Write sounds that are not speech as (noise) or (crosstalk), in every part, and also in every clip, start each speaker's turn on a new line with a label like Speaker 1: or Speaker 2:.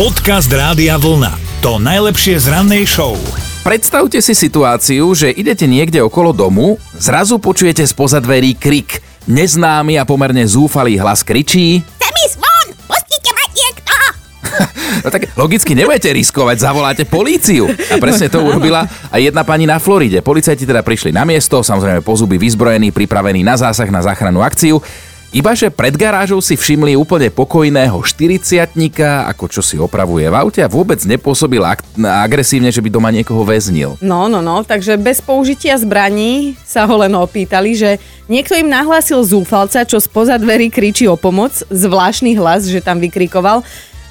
Speaker 1: Podcast Rádia Vlna. To najlepšie z rannej show.
Speaker 2: Predstavte si situáciu, že idete niekde okolo domu, zrazu počujete spoza dverí krik. Neznámy a pomerne zúfalý hlas kričí.
Speaker 3: Chcem ísť von! Pustite ma niekto!
Speaker 2: No tak logicky nebudete riskovať, zavoláte políciu. A presne to urobila aj jedna pani na Floride. Policajti teda prišli na miesto, samozrejme po zuby vyzbrojení, pripravení na zásah na záchrannú akciu. Ibaže pred garážou si všimli úplne pokojného 40 ako čo si opravuje v aute a vôbec nepôsobil ak- agresívne, že by doma niekoho väznil.
Speaker 4: No, no, no, takže bez použitia zbraní sa ho len opýtali, že niekto im nahlásil zúfalca, čo spoza dverí kričí o pomoc, zvláštny hlas, že tam vykrikoval.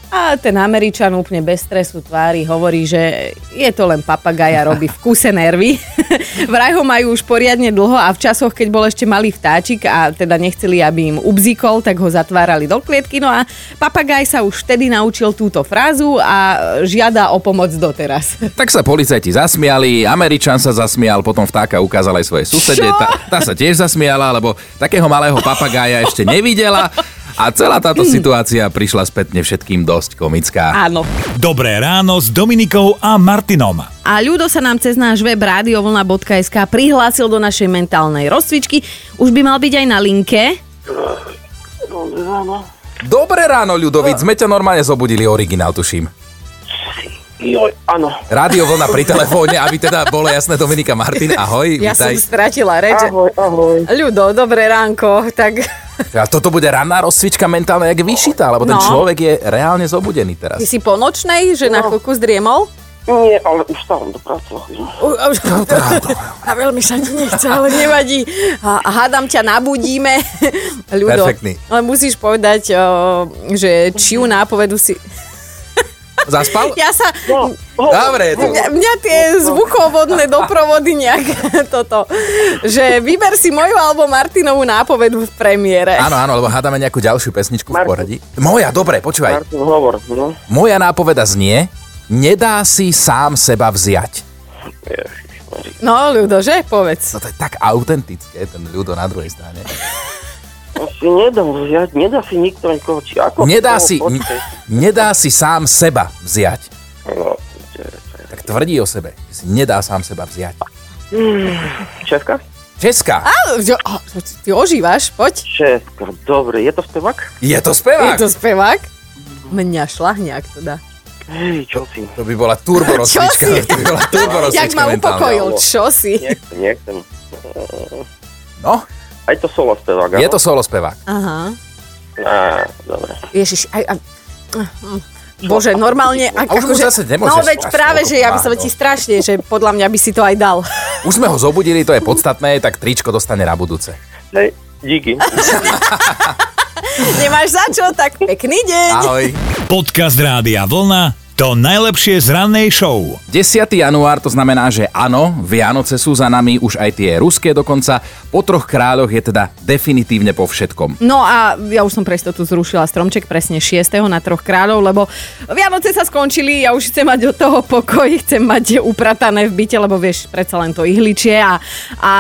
Speaker 4: A ten Američan úplne bez stresu tvári hovorí, že je to len papagaja, robí v kuse nervy. (laughs) Vraj ho majú už poriadne dlho a v časoch, keď bol ešte malý vtáčik a teda nechceli, aby im ubzikol, tak ho zatvárali do klietky. No a papagaj sa už vtedy naučil túto frázu a žiada o pomoc doteraz.
Speaker 2: Tak sa policajti zasmiali, Američan sa zasmial, potom vtáka ukázal aj svoje susede,
Speaker 4: Čo?
Speaker 2: tá, tá sa tiež zasmiala, lebo takého malého papagája ešte nevidela a celá táto situácia prišla spätne všetkým dosť komická.
Speaker 4: Áno.
Speaker 1: Dobré ráno s Dominikou a Martinom.
Speaker 4: A ľudo sa nám cez náš web radiovlna.sk prihlásil do našej mentálnej rozcvičky. Už by mal byť aj na linke.
Speaker 5: Dobré ráno.
Speaker 2: Dobré ráno, ľudovic, sme ťa normálne zobudili, originál tuším.
Speaker 5: Joj, áno.
Speaker 2: Rádio Vlna pri telefóne, aby teda bolo jasné Dominika Martin, ahoj,
Speaker 4: Ja som
Speaker 2: vítaj.
Speaker 4: stratila reč.
Speaker 5: Ahoj, ahoj.
Speaker 4: Ľudo, dobré ránko. Tak (laughs)
Speaker 2: A toto bude ranná rozcvička mentálna, jak vyšitá, lebo ten
Speaker 4: No.
Speaker 2: človek je reálne zobudený teraz.
Speaker 4: ty si po nočnej, že na chvíľku zdriemol?
Speaker 5: Nie, ale už stávam do práce. no. chodím.
Speaker 4: U- u- (laughs) A veľmi sa ti nechce, ale nevadí. A a hádam ťa, nabudíme. (laughs) Ľudo,
Speaker 2: Perfektný.
Speaker 4: ale musíš povedať, o, že čiu nápovedu si...
Speaker 2: Zaspal?
Speaker 4: Ja sa...
Speaker 5: No, ho-
Speaker 2: Dobre, je tu.
Speaker 4: Mňa, mňa tie zvukovodné doprovody nejak (laughs) toto, že vyber si moju alebo Martinovú nápovedu v premiére.
Speaker 2: Áno, áno, lebo hádame nejakú ďalšiu pesničku v
Speaker 5: Martin.
Speaker 2: poradí. Moja, dobre, počúvaj.
Speaker 5: Martin, hovor. No.
Speaker 2: Moja nápoveda znie, nedá si sám seba vziať.
Speaker 5: Ježišmari.
Speaker 4: No, Ľudo, že? Povedz.
Speaker 2: No to je tak autentické, ten ľudo na druhej strane.
Speaker 5: To si nedá vziať, nedá si nikto nikoho, či ako...
Speaker 2: Nedá
Speaker 5: No,
Speaker 2: si, n-
Speaker 5: počkej.
Speaker 2: nedá si sám seba vziať.
Speaker 5: No, č-
Speaker 2: Tak tvrdí o sebe, že si nedá sám seba vziať.
Speaker 5: Česká?
Speaker 2: Česká,
Speaker 4: Á, že- á, Ty ožívaš, poď.
Speaker 5: Česká, dobre. Je to spevák?
Speaker 2: je to
Speaker 4: Je
Speaker 2: spevák.
Speaker 4: to spevák? Mňa teda. šlahňák to dá.
Speaker 5: Hej, čo si?
Speaker 2: To by bola turbo
Speaker 4: Čo
Speaker 2: rozcvička.
Speaker 4: si?
Speaker 2: To by bola turbo
Speaker 4: Jak
Speaker 2: rozcvička
Speaker 4: ma
Speaker 2: mentálna.
Speaker 4: upokojil, čo si?
Speaker 5: Nechcem, nechcem.
Speaker 2: No,
Speaker 5: Aj to solo spevák,
Speaker 2: je to solo spevák.
Speaker 4: Aha.
Speaker 5: Á, dobre.
Speaker 4: Ježiš, aj... aj mm, Bože, normálne...
Speaker 2: A už mu zase nemôžeš
Speaker 4: No veď
Speaker 2: až
Speaker 4: práve,
Speaker 2: toľko
Speaker 4: že ja by som
Speaker 2: plánu.
Speaker 4: ti strašne, že podľa mňa by si to aj dal. (laughs)
Speaker 2: Už sme ho zobudili, to je podstatné, tak tričko dostane na budúce.
Speaker 5: Hej, díky.
Speaker 4: Nemáš za čo, tak pekný deň.
Speaker 2: Ahoj.
Speaker 1: Podcast Rádia Vlna. To najlepšie z rannej show.
Speaker 2: 10. január, to znamená, že áno, Vianoce sú za nami, už aj tie ruské dokonca. Po troch kráľoch je teda definitívne po všetkom.
Speaker 4: No a ja už som pre istotu zrušila stromček presne 6. na troch kráľov, lebo Vianoce sa skončili, ja už chcem mať od toho pokoj, chcem mať upratané v byte, lebo vieš, predsa len to ihličie a, a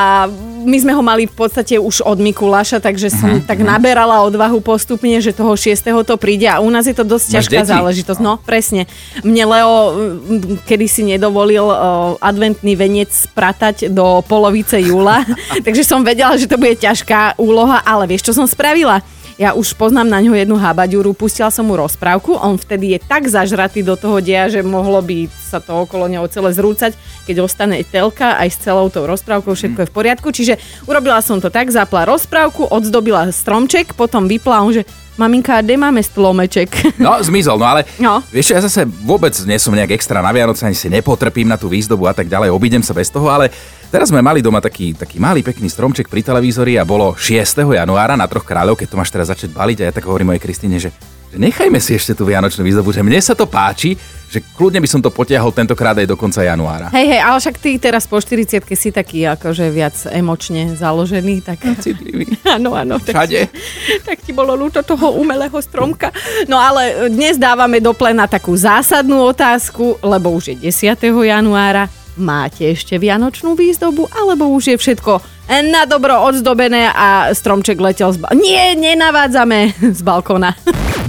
Speaker 4: my sme ho mali v podstate už od Mikuláša, takže som
Speaker 2: Mhm,
Speaker 4: tak naberala odvahu postupne, že toho 6. to príde a u nás je to
Speaker 2: Máš
Speaker 4: dosť ťažká
Speaker 2: deti?
Speaker 4: záležitosť. No, presne. Mne Leo mm, kedysi nedovolil o, adventný veniec spratať do polovice júla, (laughs) takže som vedela, že to bude ťažká úloha, ale vieš, čo som spravila? Ja už poznám na ňo jednu habaďuru, pustila som mu rozprávku, on vtedy je tak zažratý do toho deja, že mohlo by sa to okolo neho celé zrúcať, keď ostane telka aj s celou tou rozprávkou, všetko je v poriadku. Čiže urobila som to tak, zapla rozprávku, odzdobila stromček, potom vypla a on, že maminka, kde máme (laughs) stromeček?
Speaker 2: No, zmizol, no ale
Speaker 4: No.
Speaker 2: vieš čo, ja zase vôbec nie som nejak extra na Vianoce, ani si nepotrpím na tú výzdobu a tak ďalej, obídem sa bez toho, ale teraz sme mali doma taký, taký malý pekný stromček pri televízori a bolo 6. januára na Troch kráľov, keď to máš teraz začať baliť a ja tak hovorím mojej Kristine, že že nechajme si ešte tú vianočnú výzdobu, že mne sa to páči, že kľudne by som to potiahol tentokrát aj do konca januára.
Speaker 4: Hej, hej, ale však ty teraz po 40 si taký akože viac emočne založený, tak...
Speaker 2: Mhm. Citlivý.
Speaker 4: (laughs) Áno, áno. Tak,
Speaker 2: Všade.
Speaker 4: (laughs) tak ti bolo ľúto toho umelého stromka. No ale dnes dávame do plena takú zásadnú otázku, lebo už je 10. januára. Máte ešte vianočnú výzdobu, alebo už je všetko na dobro odzdobené a stromček letel (laughs) z... Ba- Nie, nenavádzame z balkóna.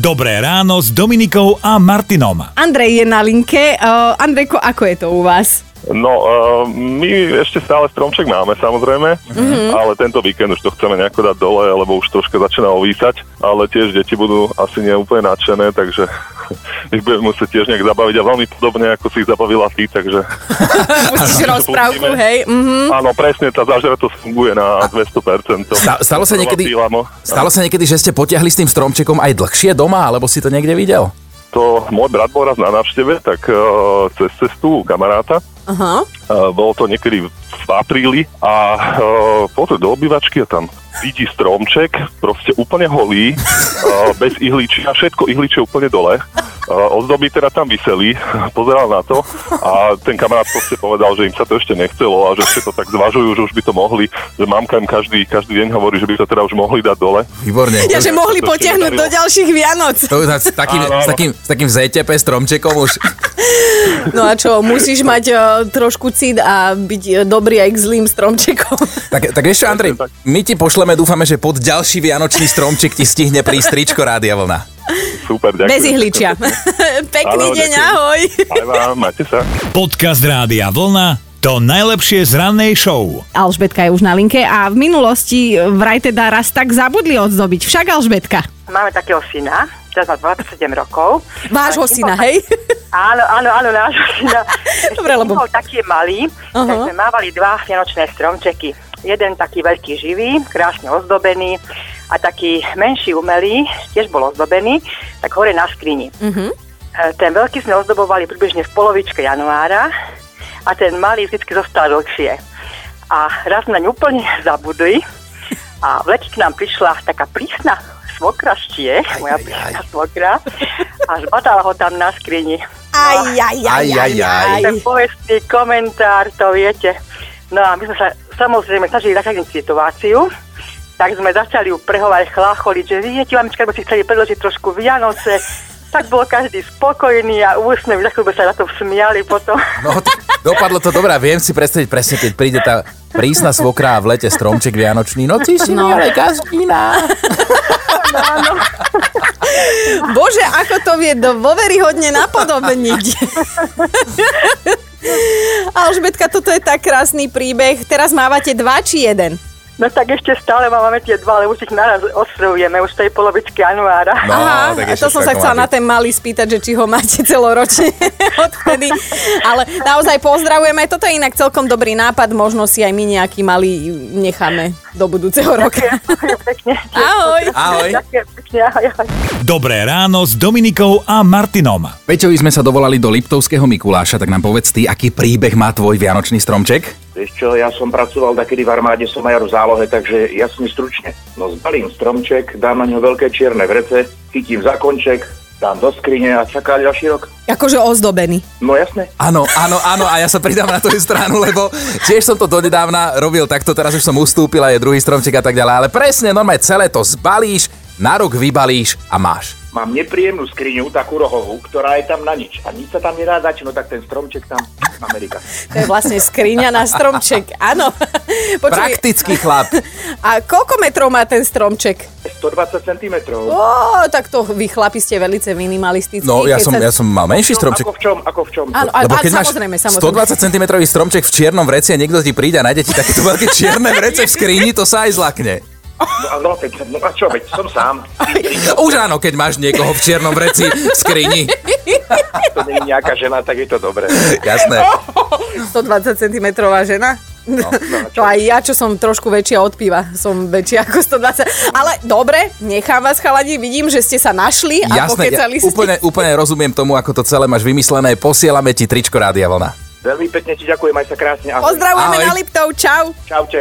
Speaker 1: Dobré ráno s Dominikou a Martinom.
Speaker 4: Andrej je na linke. Uh, Andrejko, ako je to u vás?
Speaker 6: No, uh, my ešte stále stromček máme samozrejme, mm-hmm. ale tento víkend už to chceme nejako dať dole, lebo už troška začína ovísať, ale tiež deti budú asi neúplne nadšené, takže (laughs) ich budeme musieť tiež nejak zabaviť a veľmi podobne, ako si ich zabavila ty, takže
Speaker 4: Pustíš rozprávku,
Speaker 6: Pustíme.
Speaker 4: hej? Mhm.
Speaker 6: áno, presne, tá zážratosť funguje na 200%.
Speaker 2: Sta- stalo sa niekedy-
Speaker 6: Pílamo.
Speaker 2: Stalo sa niekedy, že ste potiahli s tým stromčekom aj dlhšie doma, alebo si to niekde videl?
Speaker 6: To môj brat bol raz na návšteve, tak uh, cez cestu u kamaráta
Speaker 4: Aha.
Speaker 6: Uh, bolo to niekedy v apríli a uh, pozrie do obývačky a tam vidí stromček, proste úplne holý, uh, bez ihličia, všetko ihličie úplne dole. Uh, ozdoby teda tam vyseli, (laughs) pozeral na to a ten kamarát proste povedal, že im sa to ešte nechcelo a že ešte to tak zvažujú, že už by to mohli, že mamka im každý, každý deň hovorí, že by to teda už mohli dať dole.
Speaker 2: Výborne.
Speaker 4: Ja, že mohli
Speaker 6: To ešte
Speaker 4: potiahnuť do
Speaker 6: nedarilo.
Speaker 4: ďalších Vianoc.
Speaker 2: To už s takým,
Speaker 6: Áno, áno.
Speaker 2: s takým, s takým ZTP stromčekom už.
Speaker 4: No a čo, musíš mať uh, trošku cít a byť uh, dobrý aj k zlým stromčekom.
Speaker 2: Tak, tak vieš čo, Andrej, my ti pošleme, dúfame, že pod ďalší vianočný stromček ti stihne prísť tričko Rádia Vlna.
Speaker 6: Super, ďakujem.
Speaker 4: Bez ihličia. (laughs) Pekný
Speaker 6: Áno,
Speaker 4: deň,
Speaker 6: ďakujem.
Speaker 4: ahoj.
Speaker 6: Aj vám, majte sa.
Speaker 1: Podcast Rádia Vlna to najlepšie z rannej show.
Speaker 4: Alžbetka je už na linke a v minulosti vraj teda raz tak zabudli odzdobiť. Však Alžbetka.
Speaker 7: Máme takého syna, teraz má 27 rokov.
Speaker 4: Vášho
Speaker 7: Ale
Speaker 4: syna,
Speaker 7: nebol
Speaker 4: hej?
Speaker 7: tak- Áno, áno, áno, nášho syna.
Speaker 4: (laughs)
Speaker 7: Ešte
Speaker 4: Dobre, lebo-
Speaker 7: Bol taký malý,
Speaker 4: Aha.
Speaker 7: uh-huh. tak sme mávali dva vianočné stromčeky. Jeden taký veľký živý, krásne ozdobený a taký menší umelý, tiež bol ozdobený, tak hore na skrini.
Speaker 4: Mhm.
Speaker 7: Uh-huh. Ten veľký sme ozdobovali približne v polovičke januára a ten malý vždy zostal dlhšie. A raz sme naň úplne zabudli a v lete k nám prišla taká prísna svokra z Čiech,
Speaker 2: aj,
Speaker 7: moja
Speaker 2: aj.
Speaker 7: prísna svokra, a zbadala ho tam na skrini.
Speaker 3: Aj, aj, aj, aj, aj.
Speaker 7: Ten povestný komentár, to viete. No a my sme sa samozrejme snažili zachrániť situáciu, tak sme začali ju prehovať, chlácholiť, že viete, mamička, lebo si chceli predložiť trošku Vianoce, tak bol každý spokojný a úsmev, za chvíľu sa na to smiali potom.
Speaker 2: No, t- dopadlo to dobré, a viem si predstaviť presne, keď príde tá prísna svokra a v lete stromček vianočný. No ty si no. ale gazdina.
Speaker 4: Bože, ako to vie dôveryhodne napodobniť. Alžbetka, toto je tak krásny príbeh. Teraz mávate dva či jeden?
Speaker 7: No tak ešte stále máme tie dva, ale už ich naraz oslovujeme, už tej polovičky januára.
Speaker 2: No,
Speaker 4: Aha,
Speaker 2: tak ešte
Speaker 4: to som
Speaker 2: tak
Speaker 4: sa chcela
Speaker 2: mladý.
Speaker 4: na ten malý spýtať, že či ho máte celoročne (laughs) odtedy. Ale naozaj pozdravujeme. Toto je inak celkom dobrý nápad. Možno si aj my nejaký malý necháme do budúceho roka.
Speaker 7: (laughs) pekne.
Speaker 4: Ahoj.
Speaker 2: Ahoj.
Speaker 7: Ďakujem pekne, ahoj, ahoj.
Speaker 1: Dobré ráno s Dominikou a Martinom.
Speaker 2: Peťovi sme sa dovolali do Liptovského Mikuláša, tak nám povedz ty, aký príbeh má tvoj vianočný stromček?
Speaker 8: Vieš čo, ja som pracoval takedy v armáde, som majar v zálohe, takže jasne stručne. No zbalím stromček, dám na ňo veľké čierne vrece, chytím za konček, dám do skrine a čaká ďalší rok.
Speaker 4: Akože ozdobený.
Speaker 8: No jasne.
Speaker 2: Áno, áno, áno, a ja sa pridám na tvoju stranu, lebo tiež som to donedávna robil takto, teraz už som ustúpil a je druhý stromček a tak ďalej, ale presne, normálne celé to zbalíš, na rok vybalíš a máš.
Speaker 8: Mám nepríjemnú skriňu, takú rohovú, ktorá je tam na nič. A nič sa tam nedá dať, no tak ten stromček tam, Amerika.
Speaker 4: To je vlastne skriňa na stromček. Áno. Počuj,
Speaker 2: Praktický chlap.
Speaker 4: a koľko metrov má ten stromček?
Speaker 8: 120 cm.
Speaker 4: Ó, tak to vy chlapi ste velice minimalistickí.
Speaker 2: No, ja
Speaker 4: keď
Speaker 2: som,
Speaker 4: sa-
Speaker 2: ja som mal menší stromček.
Speaker 8: Ako v čom, ako v čom.
Speaker 4: Áno, a,
Speaker 2: Lebo
Speaker 4: a
Speaker 2: keď máš
Speaker 4: samozrejme, samozrejme.
Speaker 2: 120 cm stromček v čiernom vreci a niekto ti príde a nájde ti takéto veľké čierne vrece v skrini, to sa aj zlakne.
Speaker 8: No, a no, veď, no a čo, veď som sám.
Speaker 2: Už áno, keď máš niekoho v čiernom vreci v skrini.
Speaker 8: To nie je nejaká žena, tak je to dobré.
Speaker 2: Jasné.
Speaker 4: Oh, 120 cm žena? No, (laughs) to aj ja, čo som trošku väčšia od piva, som väčšia ako 120. Ale dobre, nechám vás chalani, vidím, že ste sa našli a
Speaker 2: Jasné, ja
Speaker 4: pokecali ste.
Speaker 2: úplne, úplne rozumiem tomu, ako to celé máš vymyslené. Posielame ti tričko Rádia Vlna.
Speaker 8: Veľmi pekne ti ďakujem, aj sa krásne. Ahoj.
Speaker 4: Pozdravujeme
Speaker 2: Ahoj.
Speaker 4: na Liptov, čau.
Speaker 8: Čaute.